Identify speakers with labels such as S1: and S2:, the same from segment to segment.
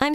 S1: I'm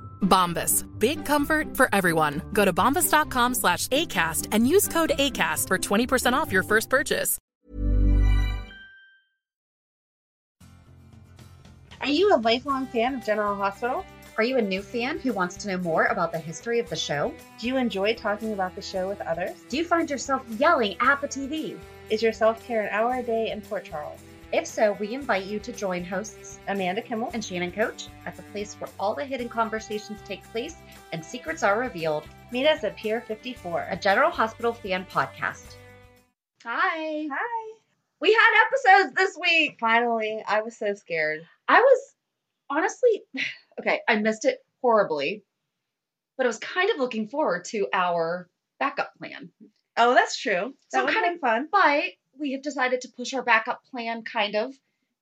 S2: Bombas. Big comfort for everyone. Go to bombas.com slash ACAST and use code ACAST for 20% off your first purchase.
S3: Are you a lifelong fan of General Hospital?
S4: Are you a new fan who wants to know more about the history of the show?
S3: Do you enjoy talking about the show with others?
S4: Do you find yourself yelling at the TV?
S3: Is your self care an hour a day in Port Charles?
S4: If so, we invite you to join hosts
S3: Amanda Kimmel,
S4: and Shannon Coach at the place where all the hidden conversations take place and secrets are revealed,
S3: meet us at Pier
S4: a
S3: 54.
S4: General Hospital fan podcast. Hi.
S3: Hi.
S4: We had episodes this week.
S3: Finally, I was so scared.
S4: I was honestly, okay, I missed it horribly, but I was kind of looking forward to our backup plan.
S3: Oh, that's true. That
S4: So
S3: would
S4: kind
S3: have been fun.
S4: But we have decided to push our backup plan kind of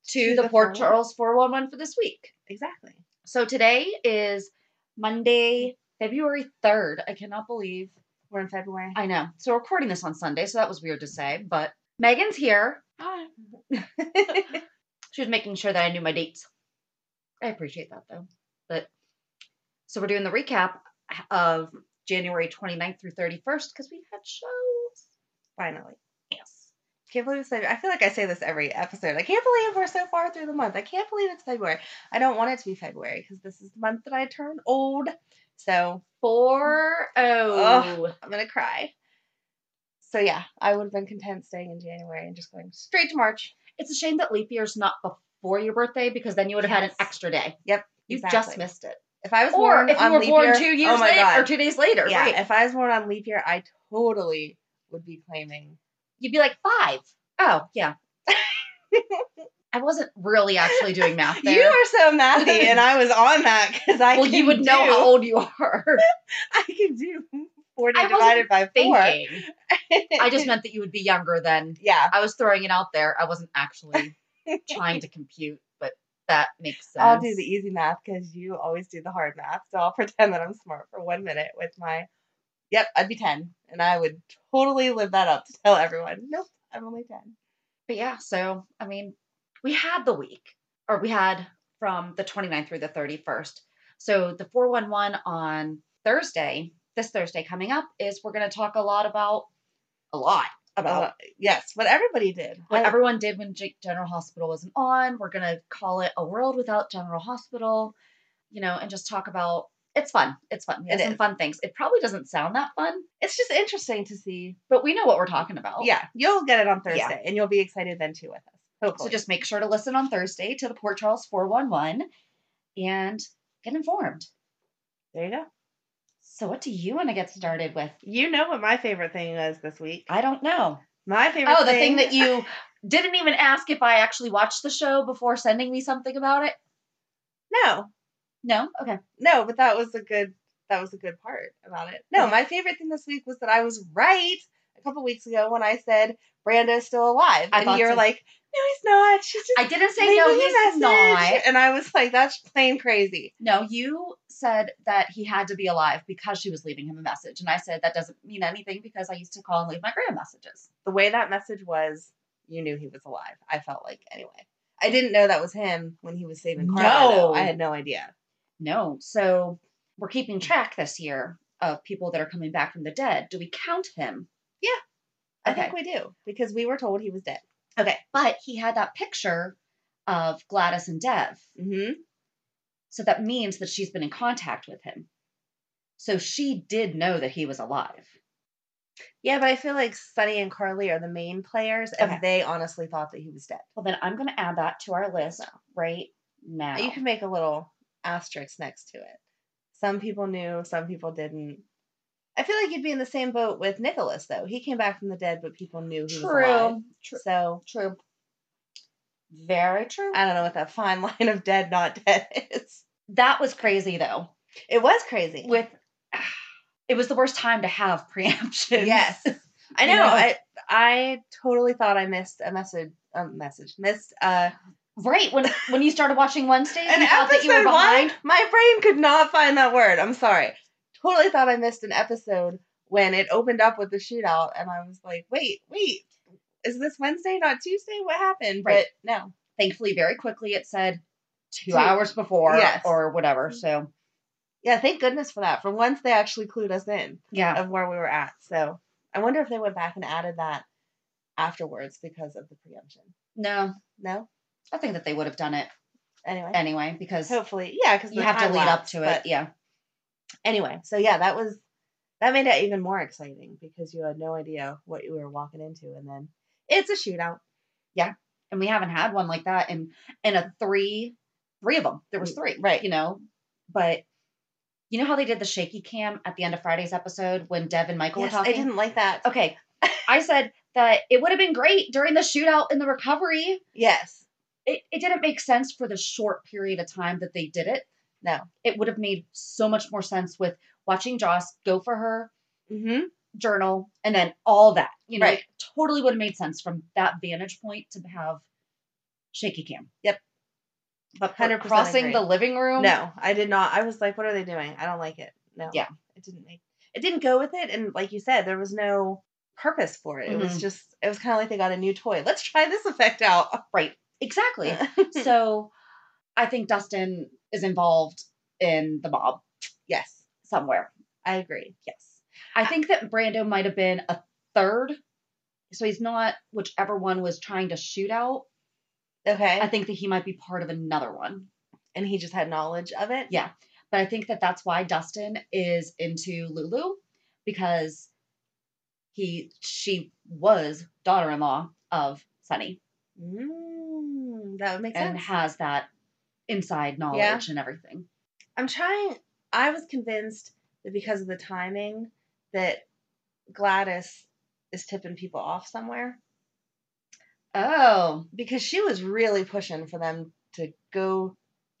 S4: to,
S3: To
S4: the,
S3: the 411.
S4: Port Charles 411 for this week.
S3: Exactly.
S4: So today is Monday, February 3rd. I cannot believe
S3: We're in February.
S4: I know. So we're recording this on Sunday, so that was weird to say, but Megan's here.
S3: Hi.
S4: She was making sure that I knew my dates. I appreciate that though. But so we're doing the recap of January 29th through 31st because we had shows.
S3: Finally.
S4: Yes.
S3: Can't believe it's February. I feel like I say this every episode. I can't believe we're so far through the month. I can't believe it's February. I don't want it to be February because this is the month that I turn old. So
S4: Four oh.
S3: I'm gonna cry. So yeah, I would have been content staying in January and just going straight to March.
S4: It's a shame that leap year's not before your birthday because then you would have had an
S3: Yes.
S4: extra day.
S3: Yep,
S4: You just
S3: exactly.
S4: missed it.
S3: If I was
S4: Or
S3: born
S4: if you
S3: on
S4: were
S3: leap
S4: born
S3: year,
S4: two years
S3: oh my
S4: later
S3: God.
S4: or two days later,
S3: yeah,
S4: right?
S3: if I was born on leap year, I totally would be claiming.
S4: You'd be like five. Oh, yeah. I wasn't really actually doing math there.
S3: You are so mathy, and I was on that because I
S4: well, you
S3: can
S4: would know
S3: do-
S4: how old you are.
S3: I can do forty
S4: I wasn't
S3: divided by four.
S4: Thinking. I just meant that you would be younger than
S3: yeah.
S4: I was throwing it out there. I wasn't actually trying to compute, but that makes sense.
S3: I'll do the easy math because you always do the hard math. So I'll pretend that I'm smart for one minute with my. Yep, I'd be ten, and I would totally live that up to tell everyone. Nope, I'm only ten.
S4: But yeah, so I mean, we had the week, or we had from the 29th through the 31st. So the 411 on Thursday, this Thursday coming up, is we're going to talk a lot about a lot about
S3: Uh, yes, what everybody did.
S4: what
S3: I-
S4: everyone did when G- General Hospital wasn't on. We're going to call it a world without General Hospital, you know, and just talk about it's fun. It's fun. We have
S3: It
S4: some
S3: is.
S4: fun things. It probably doesn't sound that fun,
S3: It's just interesting to see.
S4: but we know what we're talking about.
S3: Yeah, you'll get it on Thursday,
S4: Oh. Yeah.
S3: and you'll be excited then too with us.
S4: So
S3: Hopefully.
S4: just make sure to listen on Thursday to the Port Charles 411 and get informed.
S3: there you go.
S4: So, what do you want to get started with?
S3: You know what my favorite thing was this week.
S4: I don't know.
S3: My favorite.
S4: Oh, the thing that you didn't even ask if I actually watched the show before sending me something about it?
S3: No,
S4: No? Okay.
S3: no, but that was a good. That was a good part about it. No, my favorite thing this week was that I was right a couple weeks ago when I said Brando's still alive,
S4: I
S3: and
S4: thought
S3: you're
S4: so.
S3: like, No, he's not. She's just
S4: I didn't say
S3: leaving
S4: no,
S3: a
S4: he's
S3: message."
S4: not.
S3: And I was like, that's plain crazy.
S4: No, you said that he had to be alive because she was leaving him a message. And I said that doesn't mean anything because I used to call and leave my grandma messages.
S3: The way that message was, you knew he was alive. I felt like anyway. I didn't know that was him when he was saving Carla. though.
S4: No.
S3: I had no idea.
S4: No. So we're keeping track this year of people that are coming back from the dead. Do we count him?
S3: Yeah.
S4: Okay.
S3: I think we do because we were told he was dead.
S4: okay. But he had that picture of Gladys and Dev.
S3: Mm-hmm.
S4: So that means that she's been in contact with him. So she did know that he was alive.
S3: Yeah, but I feel like Sonny and Carly are the main players, and
S4: Okay.
S3: they honestly thought that he was dead.
S4: Well, then I'm going to add that to our list right now.
S3: You can make a little asterisk next to it. Some people knew, some people didn't. I feel like you'd be in the same boat with Nicholas, though. He came back from the dead, but people knew he was alive.
S4: True. True.
S3: So
S4: True. Very true.
S3: I don't know what that fine line of dead, not dead is.
S4: that was crazy though.
S3: It was crazy.
S4: With it was the worst time to have preemption.
S3: Yes. I know.
S4: You know?
S3: I I totally thought I missed a message. Um, message missed. Uh,
S4: Right when when you started watching Wednesday,
S3: an
S4: you thought that you were
S3: episode one.
S4: behind.
S3: My brain could not find that word. I'm sorry. Totally thought I missed an episode when it opened up with the shootout, and I was like, wait, wait, is this Wednesday, not Tuesday? What happened?
S4: Right.
S3: But no.
S4: Thankfully, very quickly it said two
S3: Two.
S4: hours before
S3: Yes. Mm-hmm.
S4: or whatever. So
S3: Yeah, thank goodness for that. For once, they actually clued us in
S4: yeah,
S3: of where we were at. So I wonder if they went back and added that afterwards because of the preemption.
S4: no,
S3: No.
S4: I think that they would have done it
S3: Anyway.
S4: anyway because
S3: Hopefully, yeah, because
S4: you have to lead up to it. Yeah,
S3: anyway, so yeah, that was that made it even more exciting because you had no idea what you were walking into, and then it's a shootout.
S4: and we haven't had one like that in in a three three of them there was three
S3: Mm, Right.
S4: you know but you know how they did the shaky cam at the end of friday's episode when dev and michael
S3: Yes,
S4: were talking
S3: I didn't like that.
S4: okay i said that it would have been great during the shootout and the recovery
S3: Yes,
S4: it, it didn't make sense for the short period of time that they did it
S3: no.
S4: it would have made so much more sense with watching joss go for her
S3: Mm-hmm.
S4: journal and then all that you know
S3: Right.
S4: it totally would have made sense from that vantage point to have shaky cam
S3: But
S4: Her
S3: hundred
S4: crossing the living room.
S3: No, I did not. I was like, what are they doing? I don't like it. No.
S4: Yeah.
S3: It didn't make. It didn't go with it, and like you said, there was no purpose for it. It was
S4: Mhm.
S3: just. It was kind of like they got a new toy. Let's try this effect out.
S4: right, exactly. so, I think Dustin is involved in the mob
S3: yes,
S4: somewhere.
S3: I agree.
S4: Yes, I think that Brando might have been a third. So he's not whichever one was trying to shoot out.
S3: Okay.
S4: I think that he might be part of another one.
S3: and he just had knowledge of it.
S4: Yeah. But I think that that's why Dustin is into Lulu because he she was daughter-in-law of Sunny.
S3: Mm, that would make
S4: and
S3: sense.
S4: has that inside knowledge
S3: Yeah.
S4: and everything.
S3: I'm trying. I was convinced that because of the timing, that Gladys is tipping people off somewhere
S4: Oh,
S3: because she was really pushing for them to go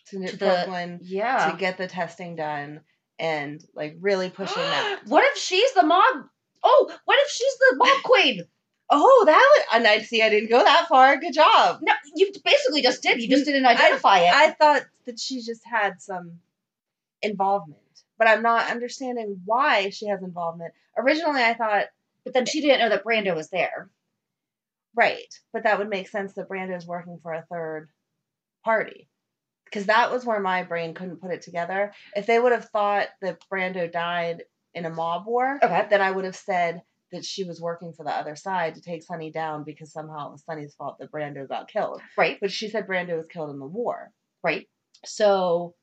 S3: to,
S4: To the-
S3: Brooklyn
S4: yeah.
S3: to get the testing done and like really pushing that.
S4: what if she's the mob? Oh, what if she's the mob queen?
S3: Oh, that would, and I see. I didn't go that far. Good job.
S4: No, you basically just did. You just didn't identify it.
S3: I thought that she just had some involvement, but I'm not understanding why she has involvement. Originally, I thought
S4: but then she didn't know that Brando was there.
S3: Right. But that would make sense that Brando's working for a third party. Because that was where my brain couldn't put it together. If they would have thought that Brando died in a mob war,
S4: Okay.
S3: then I would have said that she was working for the other side to take Sonny down because somehow it was Sonny's fault that Brando got killed.
S4: Right,
S3: But she said Brando was killed in the war.
S4: right.
S3: So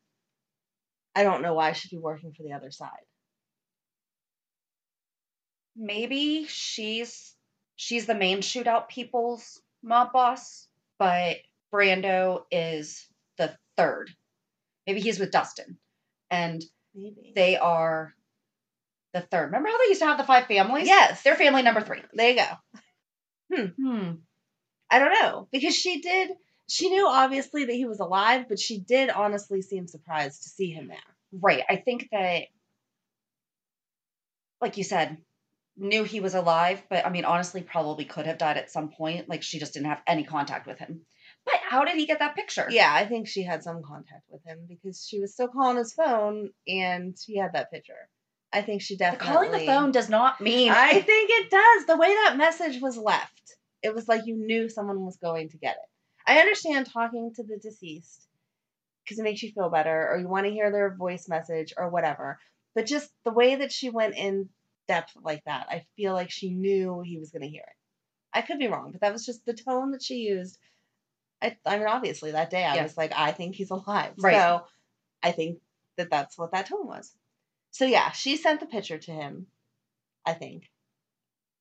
S3: I don't know why she'd be working for the other side.
S4: Maybe she's she's the main shootout people's mob boss, but Brando is the third. Maybe he's with Dustin, and
S3: Maybe.
S4: they are the third. Remember how they used to have the five families?
S3: yes.
S4: They're family number three.
S3: There you go.
S4: Hmm.
S3: I don't know because she did. She knew obviously that he was alive, but she did honestly seem surprised to see him there.
S4: Right. I think that, like you said, knew he was alive, but I mean, honestly, probably could have died at some point. Like she just didn't have any contact with him. But how did he get that picture?
S3: Yeah, I think she had some contact with him because she was still calling his phone and he had that picture. I think she
S4: The
S3: definitely
S4: calling the phone does not mean
S3: I think it does. The way that message was left, it was like you knew someone was going to get it. I understand talking to the deceased because it makes you feel better or you want to hear their voice message or whatever. But just the way that she went in depth like that, I feel like she knew he was going to hear it. I could be wrong, but that was just the tone that she used. I, I mean, obviously, that day I
S4: Yeah.
S3: was like, I think he's alive.
S4: Right.
S3: So I think that that's what that tone was. So yeah, she sent the picture to him, I think,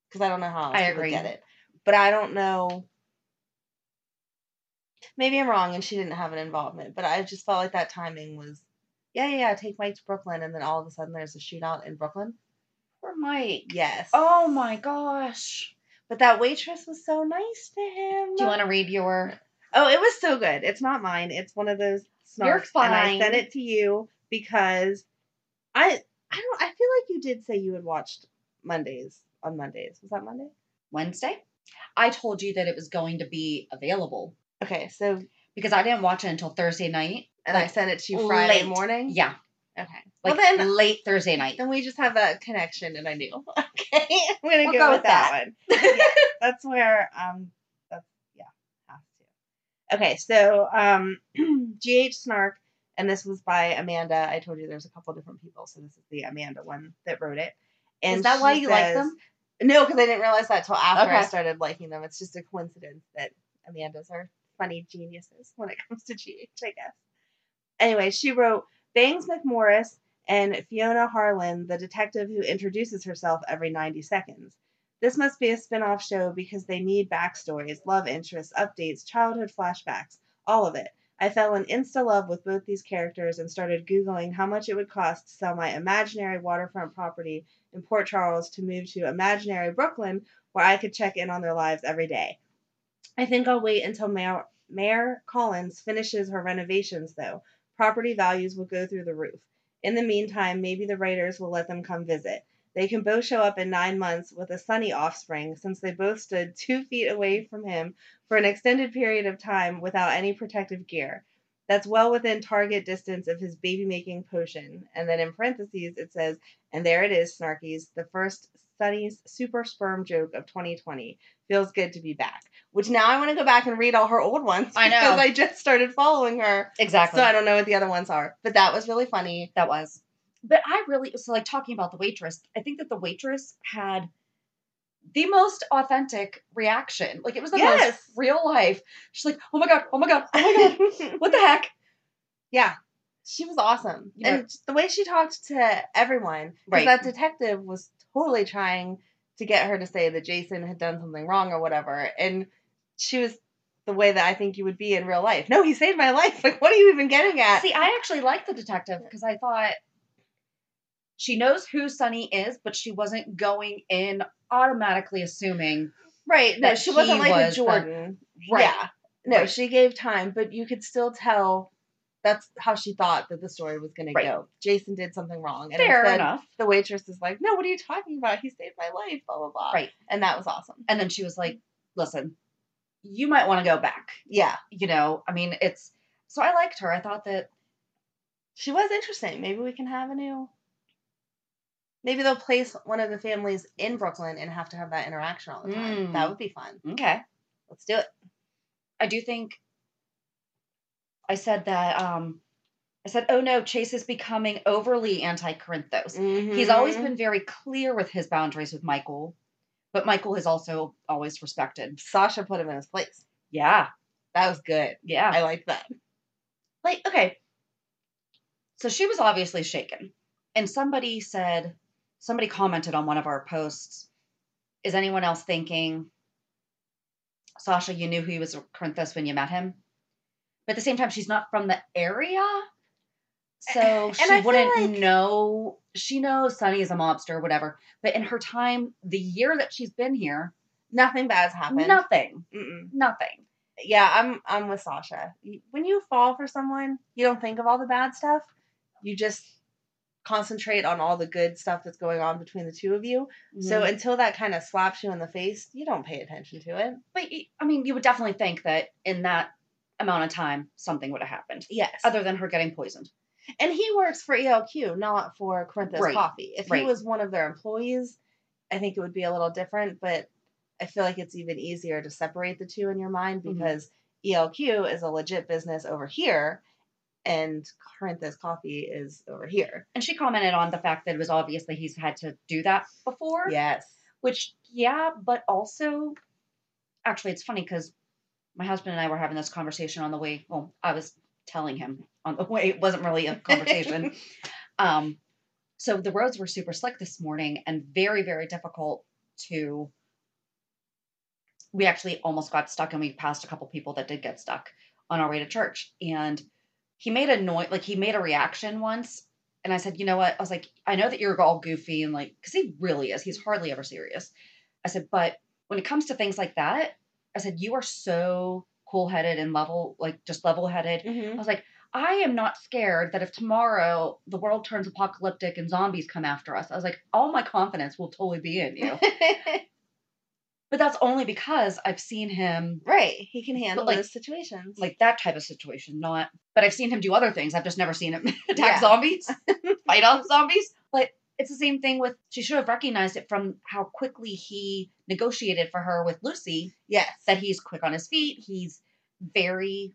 S3: because I don't know how else
S4: I
S3: he
S4: agree.
S3: would get it. But I don't know. Maybe I'm wrong, and she didn't have an involvement. But I just felt like that timing was, yeah, yeah, yeah. Take Mike to Brooklyn, and then all of a sudden there's a shootout in Brooklyn.
S4: Poor Mike.
S3: Yes.
S4: Oh my gosh.
S3: But that waitress was so nice to him.
S4: Do you want to read your?
S3: Oh, it was so good. It's not mine. It's one of those snarks.
S4: You're
S3: And I
S4: fine.
S3: sent it to you because I I don't I feel like you did say you had watched Mondays on Mondays. Was that Monday?
S4: Wednesday. I told you that it was going to be available
S3: Okay, so
S4: because I didn't watch it until Thursday night.
S3: and I
S4: Like,
S3: sent it to you Friday
S4: late.
S3: morning.
S4: Yeah.
S3: Okay.
S4: Like
S3: well then
S4: late Thursday night.
S3: then we just have that connection and I knew. Okay. I'm gonna
S4: We'll
S3: go, with that, one. Yeah, that's where um that's yeah, have to. Okay, so um GH Snark and this was by Amanda. I told you there's a couple different people, so this is the Amanda one that wrote it. And
S4: Is that why
S3: she
S4: you like
S3: says-
S4: them?
S3: No, because I didn't realize that till after I
S4: Okay.
S3: started liking them. It's just a coincidence that Amanda's are funny geniuses when it comes to GH, I guess. Anyway, she wrote Bangs McMorris and Fiona Harlan, the detective who introduces herself every 90 seconds. This must be a spin off show because they need backstories, love interests, updates, childhood flashbacks, all of it. I fell in insta love with both these characters and started Googling how much it would cost to sell my imaginary waterfront property in Port Charles to move to imaginary Brooklyn where I could check in on their lives every day. I think I'll wait until Mayor, Mayor Collins finishes her renovations, though. Property values will go through the roof. In the meantime, maybe the writers will let them come visit. They can both show up in nine months with a sunny offspring since they both stood two feet away from him for an extended period of time without any protective gear. That's well within target distance of his baby making potion. And then in parentheses, it says, and there it is, Snarkies, the first Sunny's super sperm joke of 2020. Feels good to be back. Which now I want to go back and read all her old ones
S4: I know.
S3: because I just started following her.
S4: Exactly.
S3: So I don't know what the other ones are. But that was really funny.
S4: that was. But I really so like talking about the waitress. I think that the waitress had the most authentic reaction. Like it was the
S3: Yes.
S4: most real life. She's like, "Oh my god! Oh my god! Oh my god! what the heck?"
S3: Yeah. She was awesome.
S4: Yeah.
S3: And just the way she talked to everyone, because
S4: Right.
S3: that detective was totally trying to get her to say that Jason had done something wrong or whatever. And she was the way that I think you would be in real life. No, he saved my life. Like, what are you even getting at?
S4: See, I actually liked the detective because I thought she knows who Sunny is, but she wasn't going in automatically assuming
S3: right. No,
S4: that
S3: she wasn't
S4: he
S3: like a
S4: was the-
S3: Jordan.
S4: right.
S3: Yeah. No,
S4: Right.
S3: she gave time, but you could still tell that's how she thought that the story was going
S4: Right.
S3: to go. Jason did something wrong. And
S4: fair
S3: instead,
S4: enough.
S3: the waitress is like, no, what are you talking about? He saved my life, blah, blah, blah.
S4: Right.
S3: And that was awesome.
S4: And then she was like, "Listen, you might want to go back."
S3: Yeah.
S4: You know, I mean, it's so I liked her. I thought that
S3: She was interesting. Maybe we can have a new. Maybe they'll place one of the families in Brooklyn and have to have that interaction all the time.
S4: Mm.
S3: That would be fun.
S4: okay.
S3: Let's do it.
S4: I do think I said that um I said, oh no, Chase is becoming overly anti Corinthos. He's
S3: Mm-hmm.
S4: always been very clear with his boundaries with Michael, but Michael has also always respected.
S3: Sasha put him in his place.
S4: Yeah,
S3: That was good.
S4: yeah.
S3: I liked that.
S4: like, okay. So she was obviously shaken. And somebody said, somebody commented on one of our posts, is anyone else thinking, Sasha, you knew he was a Corinthus when you met him? But at the same time, she's not from the area. So
S3: And
S4: she
S3: I feel
S4: wouldn't
S3: like-
S4: know. She knows Sunny is a mobster, whatever. But in her time, the year that she's been here,
S3: Nothing bad's happened.
S4: nothing,
S3: Mm-mm.
S4: nothing.
S3: Yeah, I'm I'm with Sasha. You- When you fall for someone, you don't think of all the bad stuff. You just concentrate on all the good stuff that's going on between the two of you. So
S4: Mhm.
S3: until that kind of slaps you in the face, you don't pay attention to it.
S4: but y- I mean, you would definitely think that in that amount of time, something would have happened,
S3: Yes.
S4: other than her getting poisoned.
S3: and he works for ELQ, not for Corinthos
S4: Right,
S3: Coffee. If
S4: right.
S3: he was one of their employees, I think it would be a little different, but I feel like it's even easier to separate the two in your mind
S4: Mhm.
S3: because ELQ is a legit business over here and Corinthos Coffee is over here.
S4: And she commented on the fact that it was obviously he's had to do that before.
S3: Yes.
S4: Which, yeah, but also, actually, it's funny because my husband and I were having this conversation on the way. Well, I was telling him on the way. It wasn't really a conversation. um, so the roads were super slick this morning and very, very difficult to. We actually almost got stuck, and we passed a couple people that did get stuck on our way to church. And he made a noise, like he made a reaction once, and I said, you know what? I was like, I know that you're all goofy and like, because he really is. He's hardly ever serious. I said, but when it comes to things like that, I said, you are so cool headed and level, like just level headed. I was like, I am not scared that if tomorrow the world turns apocalyptic and zombies come after us, I was like, all my confidence will totally be in you. but that's only because I've seen him
S3: right. He can handle
S4: like-
S3: those situations.
S4: like that type of situation, not. But I've seen him do other things. I've just never seen him
S3: Yeah.
S4: attack zombies, fight off zombies. But it's the same thing with. She should have recognized it from how quickly he negotiated for her with Lucy.
S3: yes.
S4: That he's quick on his feet. He's very.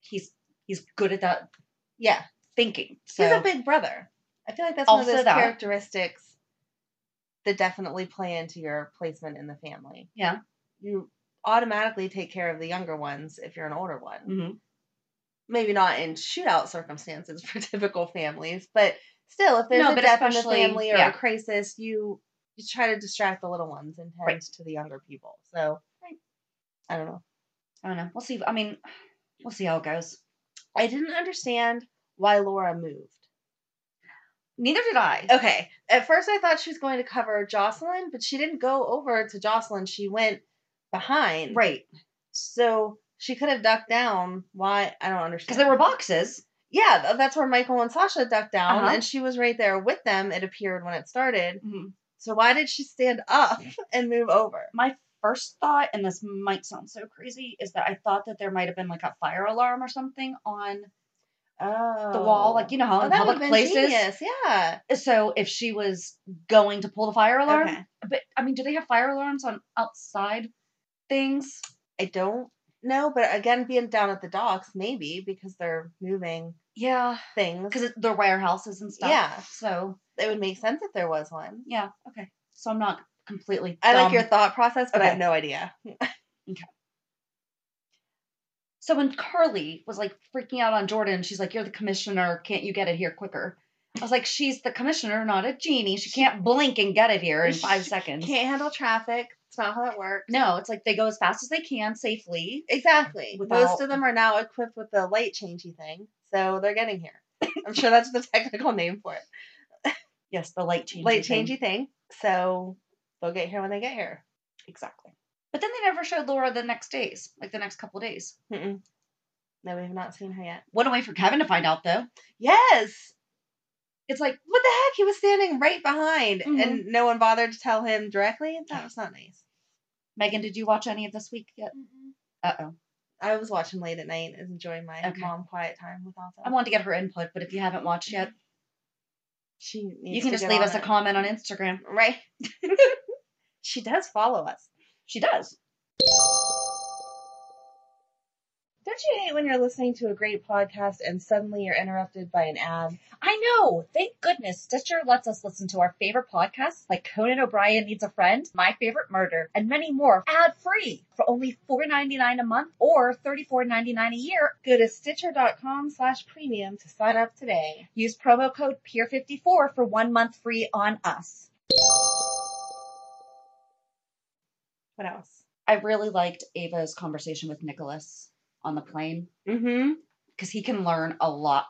S4: He's he's good at that
S3: yeah.
S4: thinking. So
S3: He's a big brother. I feel like that's one of
S4: Also
S3: those
S4: that.
S3: characteristics that definitely play into your placement in the family.
S4: yeah.
S3: you automatically take care of the younger ones if you're an older one.
S4: hmm
S3: Maybe not in shootout circumstances for typical families, but still, if there's
S4: No,
S3: a
S4: but
S3: death in the
S4: especially-
S3: family or
S4: yeah.
S3: a crisis, you you try to distract the little ones and tend
S4: Right.
S3: to the younger people. So
S4: Right.
S3: I don't know.
S4: I don't know. We'll see. I mean, we'll see how it goes.
S3: I didn't understand why Laura moved.
S4: Neither did I.
S3: Okay, at first I thought she was going to cover Jocelyn, but she didn't go over to Jocelyn. She went behind.
S4: Right.
S3: So she could have ducked down. Why? I don't understand.
S4: Because there were boxes.
S3: Yeah, th- that's where Michael and Sasha ducked down,
S4: Uh-huh.
S3: and she was right there with them. It appeared when it started.
S4: Mm-hmm.
S3: So why did she stand up and move over?
S4: my first thought, and this might sound so crazy, is that I thought that there might have been like a fire alarm or something on
S3: Oh,
S4: the wall, like you know how
S3: oh,
S4: in
S3: that
S4: public
S3: would have been
S4: places.
S3: genius. Yeah.
S4: So if she was going to pull the fire alarm,
S3: Okay.
S4: but I mean, do they have fire alarms on outside things?
S3: I don't know, but again, being down at the docks, maybe because they're moving
S4: Yeah,
S3: things,
S4: because they're warehouses and stuff.
S3: Yeah.
S4: So
S3: it would make sense if there was one.
S4: yeah, okay. So I'm not completely.
S3: I like
S4: dumb.
S3: your thought process, but I have
S4: Um, Okay.
S3: no idea.
S4: So when Carly was like freaking out on Jordan, she's like, "You're the commissioner. Can't you get it here quicker?" I was like, "She's the commissioner, not a genie. She can't blink and get it here in five seconds."
S3: Can't handle traffic. It's not how that works.
S4: No, it's like they go as fast as they can safely.
S3: Exactly. Most
S4: Without-
S3: of them are now equipped with the light changey thing, so they're getting here. I'm sure that's the technical name for it.
S4: Yes, the light change.
S3: late changey thing. So they'll get here when they get here.
S4: Exactly. But then they never showed Laura the next days, like the next couple days.
S3: Mm-mm. No, we have not seen her yet.
S4: What a way for Kevin to find out, though.
S3: Yes.
S4: It's like,
S3: What the heck? He was standing right behind, and
S4: Mhm.
S3: no one bothered to tell him directly. That was not nice.
S4: Megan, did you watch any of this week yet? Uh oh.
S3: I was watching late at night, and enjoying my
S4: Okay.
S3: mom quiet time with Alpha.
S4: I wanted to get her input, but if you haven't watched yet,
S3: she needs
S4: you can
S3: to
S4: just
S3: get
S4: leave
S3: on
S4: us a
S3: it.
S4: comment on Instagram.
S3: right? she does follow us.
S4: She does.
S3: Don't you hate when you're listening to a great podcast and suddenly you're interrupted by an ad?
S4: I know. Thank goodness Stitcher lets us listen to our favorite podcasts like Conan O'Brien Needs a Friend, My Favorite Murder, and many more ad free for only $4.99 a month or $34.99 a year
S3: Go to stitcher.com slash premium to sign up today.
S4: Use promo code
S3: E
S4: PEER54 for one month free on us.
S3: What else?
S4: I really liked Ava's conversation with Nicholas on the plane
S3: Mm-hmm.
S4: because he can learn a lot,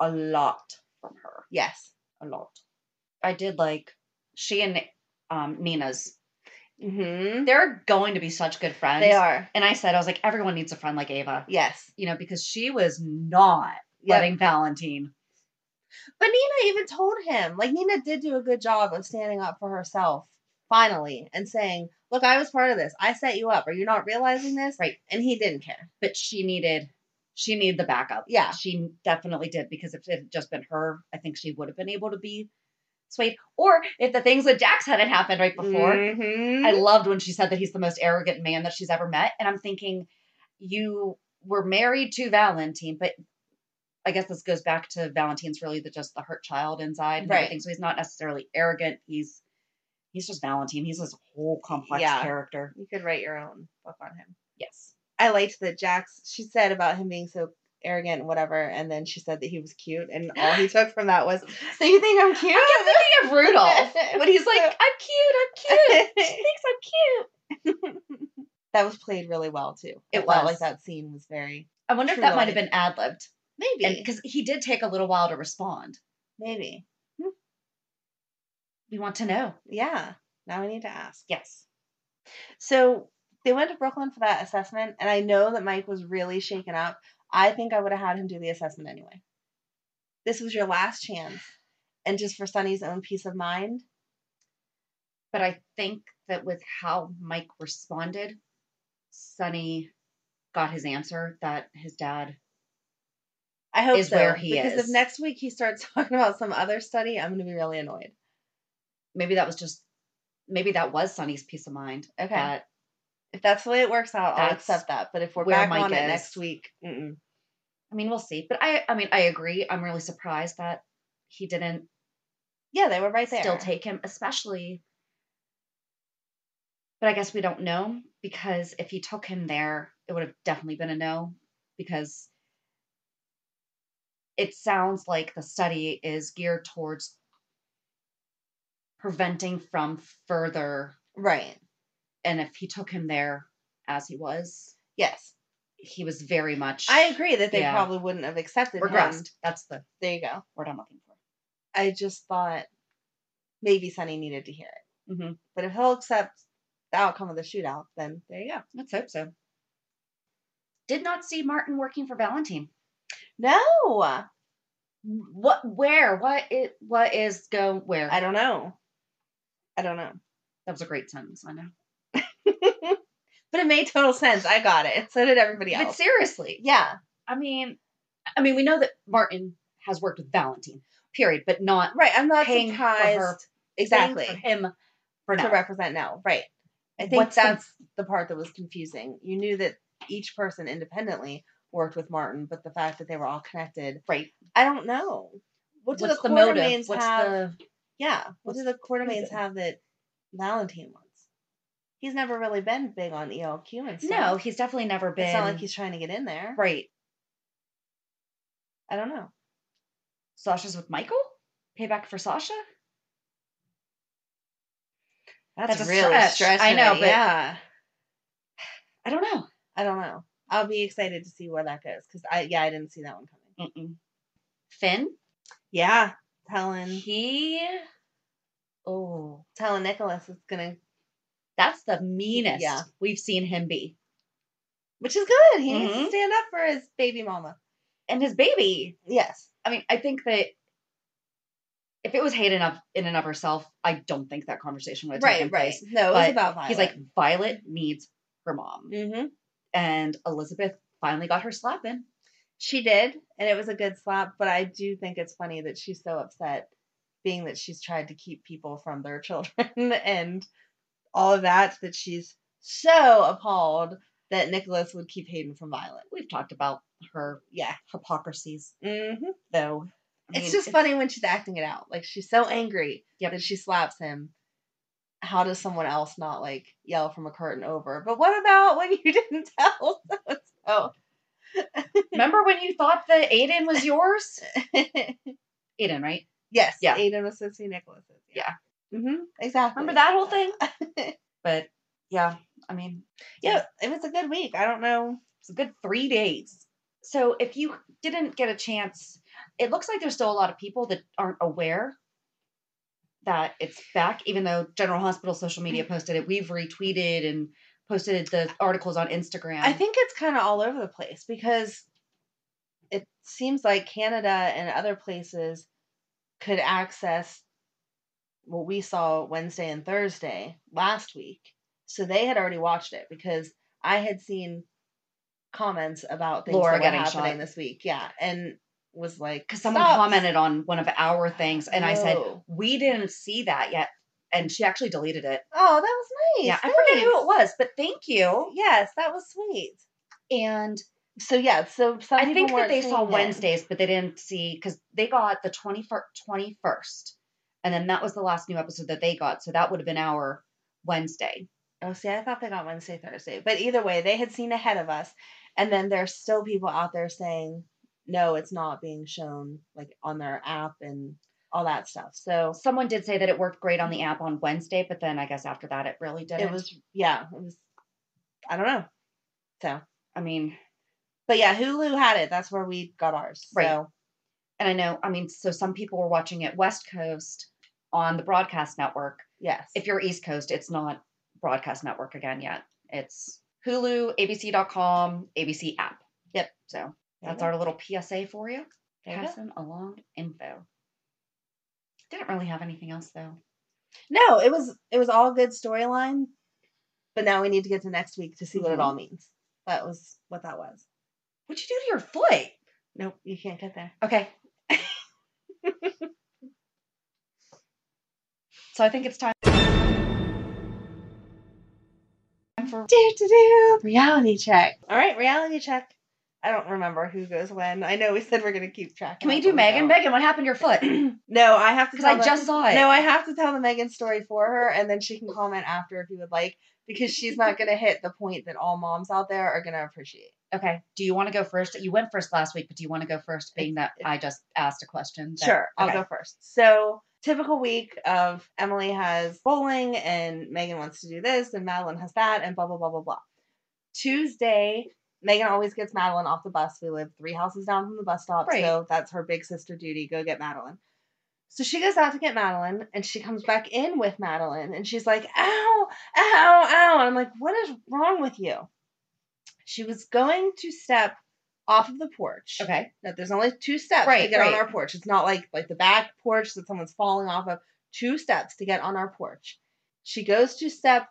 S4: a lot from her.
S3: Yes.
S4: A lot. I did like she and um, Nina's.
S3: Mm-hmm.
S4: They're going to be such good friends.
S3: They are.
S4: And I said, I was like, everyone needs a friend like Ava,
S3: Yes.
S4: you know, because she was not
S3: Yep.
S4: letting Valentine
S3: But Nina even told him, like Nina did do a good job of standing up for herself finally and saying, "Look, I was part of this. I set you up. Are you not realizing this?"
S4: Right.
S3: And he didn't care.
S4: But she needed she needed the backup.
S3: Yeah.
S4: She definitely did because if it had just been her, I think she would have been able to be swayed. Or if the things with Jax hadn't happened right before.
S3: Mhm.
S4: I loved when she said that he's the most arrogant man that she's ever met. And I'm thinking, you were married to Valentine, but I guess this goes back to Valentine's really the just the hurt child inside and
S3: Right.
S4: everything. So he's not necessarily arrogant. He's he's just Valentine. He's this whole complex
S3: Yeah.
S4: character.
S3: you could write your own book on him.
S4: Yes.
S3: I liked that Jax. She said about him being so arrogant and whatever, and then she said that he was cute, and all he took from that was, "So you think I'm cute?"
S4: I kept thinking of Rudolph, but he's like, I'm cute, I'm cute. She thinks I'm cute.
S3: that was played really well too. I
S4: It
S3: felt
S4: was.
S3: like that scene was very
S4: I wonder if
S3: True
S4: that might have
S3: love.
S4: been ad libbed.
S3: maybe
S4: Because he did take a little while to respond. Hmm.
S3: maybe
S4: We want to know.
S3: yeah. Now we need to ask.
S4: Yes.
S3: So they went to Brooklyn for that assessment, and I know that Mike was really shaken up. I think I would have had him do the assessment anyway. This was your last chance, and just for Sonny's own peace of mind.
S4: But I think that with how Mike responded, Sonny got his answer that his dad.
S3: I hope
S4: Is
S3: so,
S4: where he
S3: because
S4: is.
S3: if next week he starts talking about some other study, I'm going to be really annoyed.
S4: Maybe that was just. Maybe that was Sonny's peace of mind.
S3: Okay.
S4: that-
S3: If that's the way it works out, I'll
S4: That's
S3: accept that. But if we're
S4: where
S3: back
S4: Mike
S3: on
S4: is.
S3: it next week, mm-mm.
S4: I mean, we'll see. But I. I mean, I agree. I'm really surprised that he didn't
S3: yeah, they were right there.
S4: still take him, especially. But I guess we don't know because if he took him there, it would have definitely been a no because it sounds like the study is geared towards preventing from further.
S3: right.
S4: And if he took him there as he was,
S3: Yes,
S4: he was very much
S3: I agree that they
S4: Yeah.
S3: probably wouldn't have accepted him.
S4: regressed. That's the
S3: There you go.
S4: word I'm looking for.
S3: I just thought maybe Sonny needed to hear it.
S4: Mm-hmm.
S3: But if he'll accept the outcome of the shootout, then there you go.
S4: Let's hope so. Did not see Martin working for Valentine.
S3: No, I
S4: what where what it what is go where
S3: don't know. I don't know.
S4: that was a great sentence i know
S3: But it made total sense. I got it. So did everybody
S4: but
S3: else.
S4: seriously
S3: yeah,
S4: i mean i mean we know that martin has worked with valentine period but not
S3: right. I'm not
S4: Paying for her-
S3: surprised. exactly.
S4: for him for
S3: to
S4: now
S3: represent now, right? I think
S4: What's the-
S3: that's the, part that was confusing. You knew that each person independently worked with Martin, but the fact that they were all connected,
S4: right
S3: I don't know. What
S4: what's
S3: do
S4: the,
S3: the, quarter
S4: motive
S3: mains
S4: what's
S3: have?
S4: the
S3: Yeah. What
S4: What's
S3: do the Quartermains
S4: reason?
S3: have that Valentine wants? He's never really been big on ELQ and stuff.
S4: no he's definitely never been
S3: it's not like he's trying to get in there.
S4: right
S3: I don't know.
S4: sasha's with michael payback for sasha
S3: That's,
S4: That's a
S3: really
S4: stretch.
S3: stretching.
S4: I know,
S3: it,
S4: but-
S3: yeah,
S4: i don't know
S3: I don't know. I'll be excited to see where that goes because I yeah I didn't see that one coming.
S4: Mm-mm. finn
S3: Yeah, telling
S4: he oh
S3: telling Nicholas is gonna,
S4: That's the meanest
S3: Yeah.
S4: we've seen him be.
S3: which is good. He needs
S4: Mhm.
S3: to stand up for his baby mama.
S4: And his baby.
S3: Yes,
S4: I mean, I think that if it was Hayden up in and of herself, I don't think that conversation would have
S3: right,
S4: taken
S3: right.
S4: place.
S3: No,
S4: But
S3: it's about Violet.
S4: He's like, Violet needs her mom.
S3: mm-hmm.
S4: And Elizabeth finally got her slap in.
S3: She did, and it was a good slap, but I do think it's funny that she's so upset, being that she's tried to keep people from their children and all of that, that she's so appalled that Nicholas would keep Hayden from Violet.
S4: We've talked about her
S3: Yeah.
S4: hypocrisies,
S3: Mm-hmm.
S4: though. I mean,
S3: it's just funny when she's acting it out. Like, she's so angry
S4: Yep.
S3: that she slaps him. How does someone else not like yell from a curtain over? But what about when you didn't tell? so
S4: Remember when you thought that Aiden was yours? Aiden, right?
S3: Yes.
S4: Yeah.
S3: Aiden was supposed to be Nicholas's. Mm-hmm. Exactly.
S4: Remember that whole thing? But yeah, I mean,
S3: Yeah, it was a good week. I don't know.
S4: It's a good three days. So if you didn't get a chance, it looks like there's still a lot of people that aren't aware that it's back, even though General Hospital social media
S3: Mm-hmm.
S4: posted it. We've retweeted and posted the articles on Instagram.
S3: I think it's kind of all over the place because it seems like Canada and other places could access what we saw Wednesday and Thursday last week. So they had already watched it because I had seen comments about things
S4: Laura
S3: that were
S4: getting
S3: happening
S4: shot.
S3: this week. Yeah. And was like,
S4: because someone
S3: "Stop."
S4: commented on one of our things, and I said
S3: No.
S4: we didn't see that yet, and she actually deleted it.
S3: Oh, that was nice.
S4: yeah, I forget who it
S3: thanks.
S4: was, but thank you.
S3: Yes, that was sweet.
S4: And
S3: So yeah, so some
S4: I
S3: people
S4: think that
S3: weren't
S4: they
S3: seeing
S4: saw
S3: it.
S4: Wednesdays, but they didn't see because they got the 21st, 21st, and then that was the last new episode that they got. So that would have been our Wednesday.
S3: Oh, see, I thought they got Wednesday, Thursday. But either way, they had seen ahead of us. And then there's still people out there saying, no, it's not being shown like on their app and all that stuff. So
S4: Someone did say that it worked great on the app on Wednesday, but then I guess after that it really didn't.
S3: it was, yeah, it was, I don't know. So,
S4: I mean,
S3: but yeah, Hulu had it. That's where we got ours. So,
S4: Right. and I know, I mean, so some people were watching it West Coast on the broadcast network.
S3: yes.
S4: If you're East Coast, it's not broadcast network again yet. It's Hulu, ABC.com, ABC app.
S3: Yep.
S4: So
S3: There
S4: That's
S3: you
S4: our
S3: go.
S4: little PSA for you.
S3: There you go.
S4: Passing along info. Didn't really have anything else though.
S3: No, it was, it was all good storyline. But now we need to get to next week to see what it
S4: Mhm.
S3: all means. That was what that was.
S4: What'd you do to your foot?
S3: Nope, you can't get there.
S4: Okay. so I think it's time for
S3: Do do do. Reality check. All right, reality check. I don't remember who goes when. I know we said we're gonna keep track.
S4: Can
S3: of
S4: we
S3: it,
S4: do
S3: but
S4: Megan?
S3: don't.
S4: Megan, what happened to your foot?
S3: No, I have to.
S4: Because
S3: tell
S4: I
S3: the-
S4: just saw it.
S3: No, I have to tell the Megan story for her, and then she can comment after if you would like, because she's not gonna hit the point that all moms out there are gonna appreciate.
S4: Okay. Do you want to go first? You went first last week, but do you want to go first being that I just asked a question? that-
S3: Sure, I'll
S4: okay.
S3: go first. So, typical week of Emily has bowling and Megan wants to do this and Madeline has that and blah, blah, blah, blah, blah. Tuesday, Megan always gets Madeline off the bus. We live three houses down from the bus stop.
S4: Right.
S3: So, that's her big sister duty go get Madeline. So she goes out to get Madeline and she comes back in with Madeline and she's like, ow, ow, ow. And I'm like, what is wrong with you? She was going to step off of the porch.
S4: Okay.
S3: No, there's only two steps to
S4: Right,
S3: get on
S4: right.
S3: our porch. It's not like like the back porch that someone's falling off of. Two steps to get on our porch. She goes to step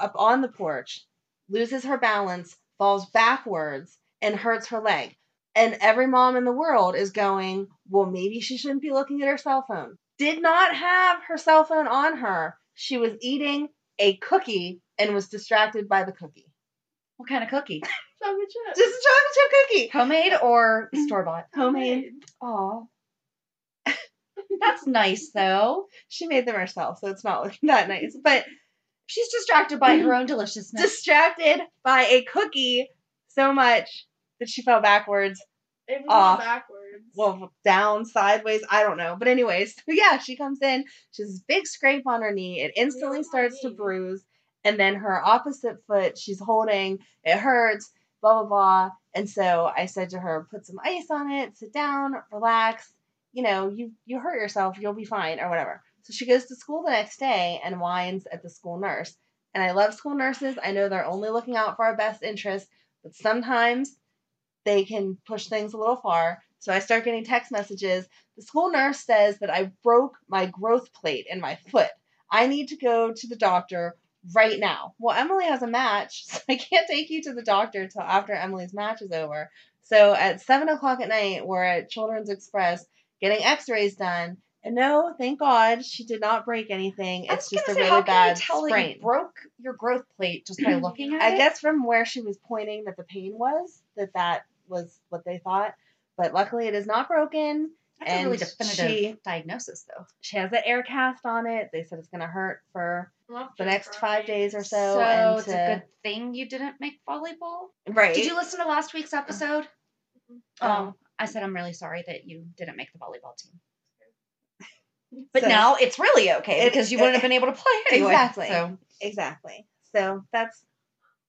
S3: up on the porch, loses her balance, falls backwards, and hurts her leg. And every mom in the world is going, well, maybe she shouldn't be looking at her cell phone. Did not have her cell phone on her. She was eating a cookie and was distracted by the cookie.
S4: What kind of cookie?
S3: Chocolate chip. Just a chocolate chip cookie.
S4: Homemade or store bought?
S3: Homemade.
S4: Oh. That's nice though.
S3: She made them herself, so it's not looking that nice. But
S4: She's distracted by her own deliciousness.
S3: distracted by a cookie so much that she fell backwards.
S5: It was
S3: Off.
S5: backwards.
S3: Well, down, sideways, I don't know. But anyways, so yeah, she comes in, she has this big scrape on her knee. It instantly
S5: Yeah,
S3: starts to
S5: knee.
S3: bruise. And then her opposite foot she's holding, it hurts, blah, blah, blah. And so I said to her, put some ice on it, sit down, relax. You know, you you hurt yourself, you'll be fine, or whatever. So she goes to school the next day and whines at the school nurse. And I love school nurses. I know they're only looking out for our best interest, but sometimes they can push things a little far. So I start getting text messages. The school nurse says that I broke my growth plate in my foot. I need to go to the doctor right now. Well, Emily has a match, so I can't take you to the doctor until after Emily's match is over. So at seven o'clock at night, we're at Children's Express getting x rays done. And no, thank God she did not break anything.
S4: I
S3: It's
S4: was
S3: just a
S4: gonna
S3: really
S4: how can you
S3: bad
S4: tell that you
S3: sprain.
S4: broke your growth plate just by looking at it.
S3: I guess from where she was pointing that the pain was, that that was what they thought. But luckily, it is not broken.
S4: that's a really
S3: and
S4: definitive
S3: she-
S4: diagnosis, though.
S3: She has an air cast on it. They said it's going to hurt for
S5: Left
S3: the
S5: and
S3: next
S5: right.
S3: five days or so.
S4: So,
S3: and
S4: it's a
S3: to-
S4: good thing you didn't make volleyball.
S3: right.
S4: Did you listen to last week's episode?
S3: Oh.
S4: Oh, I said I'm really sorry that you didn't make the volleyball team. But
S3: So-
S4: now it's really okay
S3: It-
S4: because you wouldn't have been able to play anyway.
S3: Exactly.
S4: So
S3: Exactly. So that's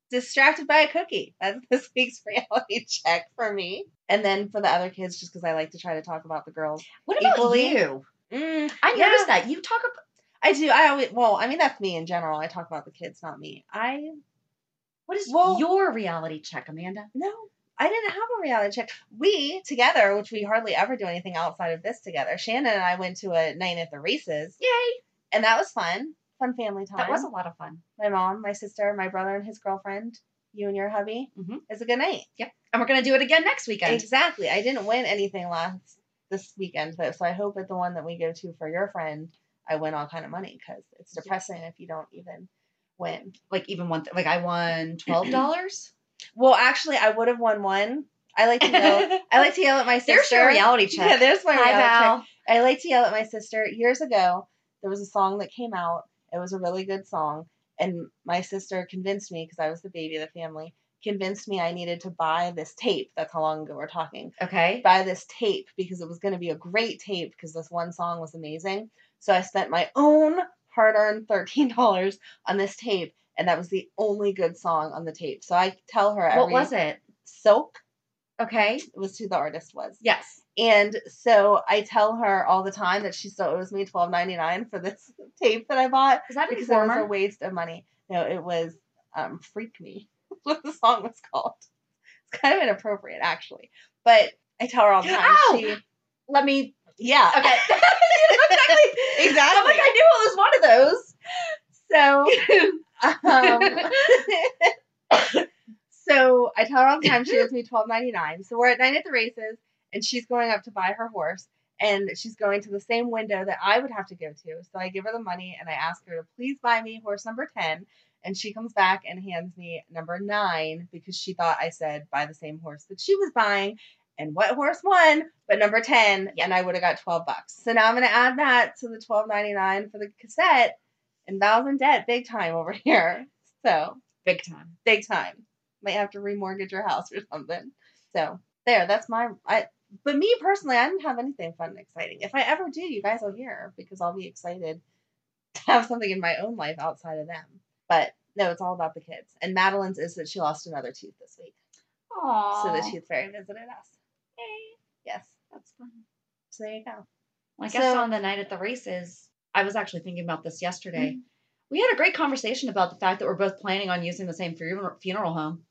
S3: distracted by a cookie. That's this week's reality check for me. And then for the other kids, just because I like to try to talk about the girls.
S4: what about
S3: Equally-
S4: you?
S3: Mm,
S4: I
S3: Yeah.
S4: noticed that you talk about.
S3: I do. I always, well, I mean, that's me in general. I talk about the kids, not me. I,
S4: What is
S3: Well-
S4: your reality check, Amanda?
S3: no, I didn't have a reality check. We together, which we hardly ever do anything outside of this together. Shannon and I went to a night at the Reese's,
S4: Yay!
S3: and that was fun. Fun family time.
S4: That was a lot of fun.
S3: my mom, my sister, my brother, and his girlfriend. You and your hubby.
S4: Mhm.
S3: It's a good night.
S4: And we're gonna do it again next weekend.
S3: Exactly. I didn't win anything last this weekend, though, so I hope at the one that we go to for your friend, I win all kind of money because it's depressing if you don't even win.
S4: Like even one, th- like I won twelve dollars.
S3: Well, actually, I would have won one. I like to know. I like to yell at my sister.
S4: There's your reality check.
S3: Yeah, there's my
S4: Hi
S3: reality check.
S4: Val.
S3: I like to yell at my sister. Years ago, there was a song that came out. It was a really good song. And my sister convinced me, because I was the baby of the family, convinced me I needed to buy this tape. That's how long ago we're talking.
S4: Okay.
S3: Buy this tape because it was going to be a great tape because this one song was amazing. So I spent my own hard earned $13 on this tape. And that was the only good song on the tape. So I tell her
S4: What
S3: every
S4: was it?
S3: Silk
S4: Okay.
S3: was who the artist was.
S4: Yes.
S3: And so I tell her all the time that she still owes me twelve ninety nine for this tape that I bought
S4: Is that
S3: because it was a
S4: informer?
S3: waste of money. No, it was um, "Freak Me," what the song was called. It's kind of inappropriate, actually. But I tell her all the time.
S4: Ow!
S3: She,
S4: Let me.
S3: yeah,
S4: Okay. exactly.
S3: Exactly.
S4: I'm like I knew it was one of those. So.
S3: Um, so I tell her all the time she owes me twelve ninety nine. So we're at night at the races, and she's going up to buy her horse, and she's going to the same window that I would have to go to. So I give her the money, and I ask her to please buy me horse number ten. And she comes back and hands me number nine because she thought I said buy the same horse that she was buying. And what horse won? But number ten, and I would have got twelve bucks. So now I'm gonna add that to the twelve ninety nine for the cassette, and Val's in debt big time over here. So
S4: Big time.
S3: big time. Might have to remortgage your house or something. So there, that's my. I but me personally, I didn't have anything fun and exciting. If I ever do, you guys will hear because I'll be excited to have something in my own life outside of them. But no, it's all about the kids. And Madeline's is that she lost another tooth this week,
S4: Aww.
S3: so the tooth fairy visited us.
S4: Yay.
S3: Yes,
S4: That's fun.
S3: so there you go.
S4: Well, I guess
S3: So-
S4: on the night at the races, I was actually thinking about this yesterday. We had a great conversation about the fact that we're both planning on using the same funeral, funeral home.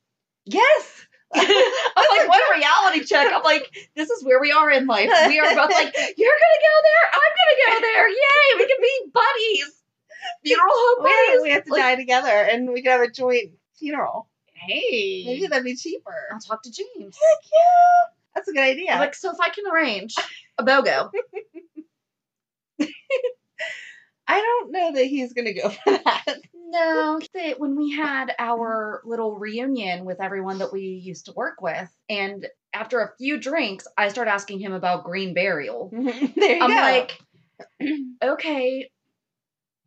S3: Yes,
S4: I'm like, what a reality check. I'm like, this is where we are in life. We are both like, you're going to go there. I'm going to go there. Yay. We can be buddies. Funeral home
S3: we have,
S4: buddies.
S3: we have to
S4: Like,
S3: die together, and we could have a joint funeral.
S4: Hey.
S3: Maybe that'd be cheaper.
S4: I'll talk to James.
S3: Heck yeah, that's a good idea.
S4: I'm like, so if I can arrange a BOGO.
S3: I don't know that he's gonna go for that.
S4: No, that when we had our little reunion with everyone that we used to work with, and after a few drinks, I start asking him about green burial.
S3: there you
S4: Mm-hmm. I'm
S3: go.
S4: like, okay,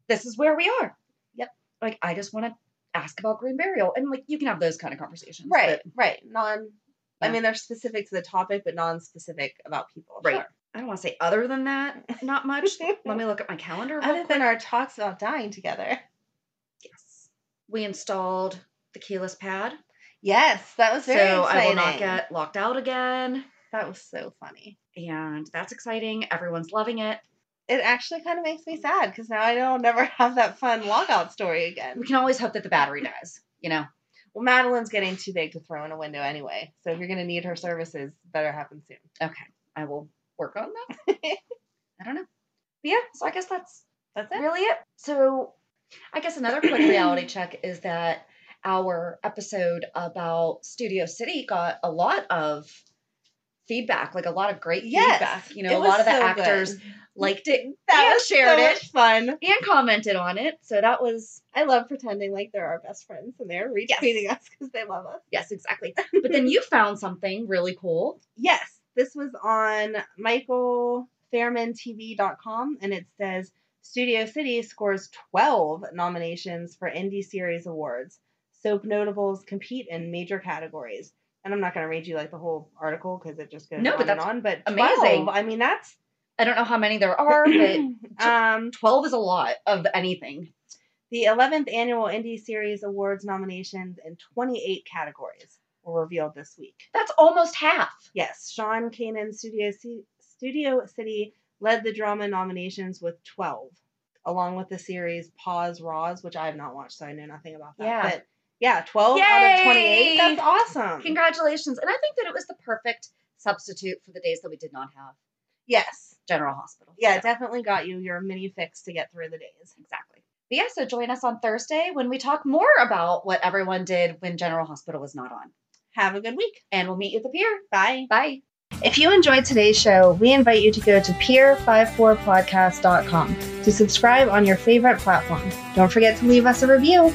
S4: this is where we are.
S3: Yep.
S4: Like, I just want to ask about green burial, and like, you can have those kind of conversations,
S3: right,
S4: but
S3: right. Non. I
S4: Yeah.
S3: mean, they're specific to the topic, but non-specific about people.
S4: Right.
S3: Sure.
S4: I don't want to say other than that, not much. Let me look at my calendar. real
S3: Other than our talks about dying together.
S4: Yes. We installed the keyless pad,
S3: Yes, that was
S4: so
S3: very exciting.
S4: I will not get locked out again.
S3: That was so funny.
S4: and that's exciting. Everyone's loving it.
S3: It actually kind of makes me sad because now I know I'll never have that fun logout story again.
S4: We can always hope that the battery dies, you know.
S3: Well, Madeline's getting too big to throw in a window anyway, so if you're gonna need her services, better happen soon.
S4: Okay, I will work on that. I don't know. But yeah, so I guess that's
S3: That's it.
S4: really it. So I guess another quick reality check is that our episode about Studio City got a lot of feedback, like a lot of great
S3: Yes,
S4: feedback. You know,
S3: it
S4: a
S3: was
S4: lot of the
S3: so good.
S4: actors liked it
S3: That
S4: and
S3: was
S4: shared
S3: so
S4: it
S3: much fun.
S4: and commented on it. So that was
S3: I love pretending like they're our best friends and they're retweeting us because they love us.
S4: yes, exactly. But then you found something really cool.
S3: Yes, this was on michaelfairmantv.com and it says Studio City scores 12 nominations for Indie Series Awards. Soap notables compete in major categories. And I'm not going to read you like the whole article because it just goes
S4: No,
S3: on
S4: but
S3: and
S4: that's
S3: on. But
S4: amazing.
S3: 12, I mean, that's
S4: I don't know how many there are, but
S3: um,
S4: 12 is a lot of anything.
S3: the 11th annual Indie Series Awards nominations in 28 categories were revealed this week.
S4: That's almost half.
S3: Yes, Sean Kanan Studio, C- Studio City led the drama nominations with 12, along with the series Pause Raws, which I have not watched, so I know nothing about that.
S4: Yeah.
S3: But Yeah, 12 out of 28.
S4: Yay!
S3: That's awesome.
S4: Congratulations. And I think that it was the perfect substitute for the days that we did not have
S3: Yes.
S4: General Hospital.
S3: Yeah,
S4: So,
S3: it definitely got you your mini fix to get through the days.
S4: exactly. But yeah, so join us on Thursday when we talk more about what everyone did when General Hospital was not on.
S3: Have a good week.
S4: And we'll meet you at the pier.
S3: Bye.
S4: Bye.
S3: If you enjoyed today's show, we invite you to go to peer54podcast.com to subscribe on your favorite platform. Don't forget to leave us a review.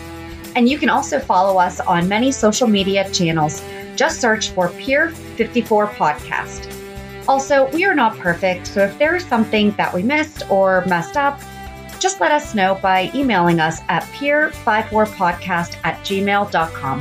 S4: And you can also follow us on many social media channels. Just search for Peer 54 Podcast. Also, we are not perfect, so if there is something that we missed or messed up, just let us know by emailing us at peer54podcast at gmail.com.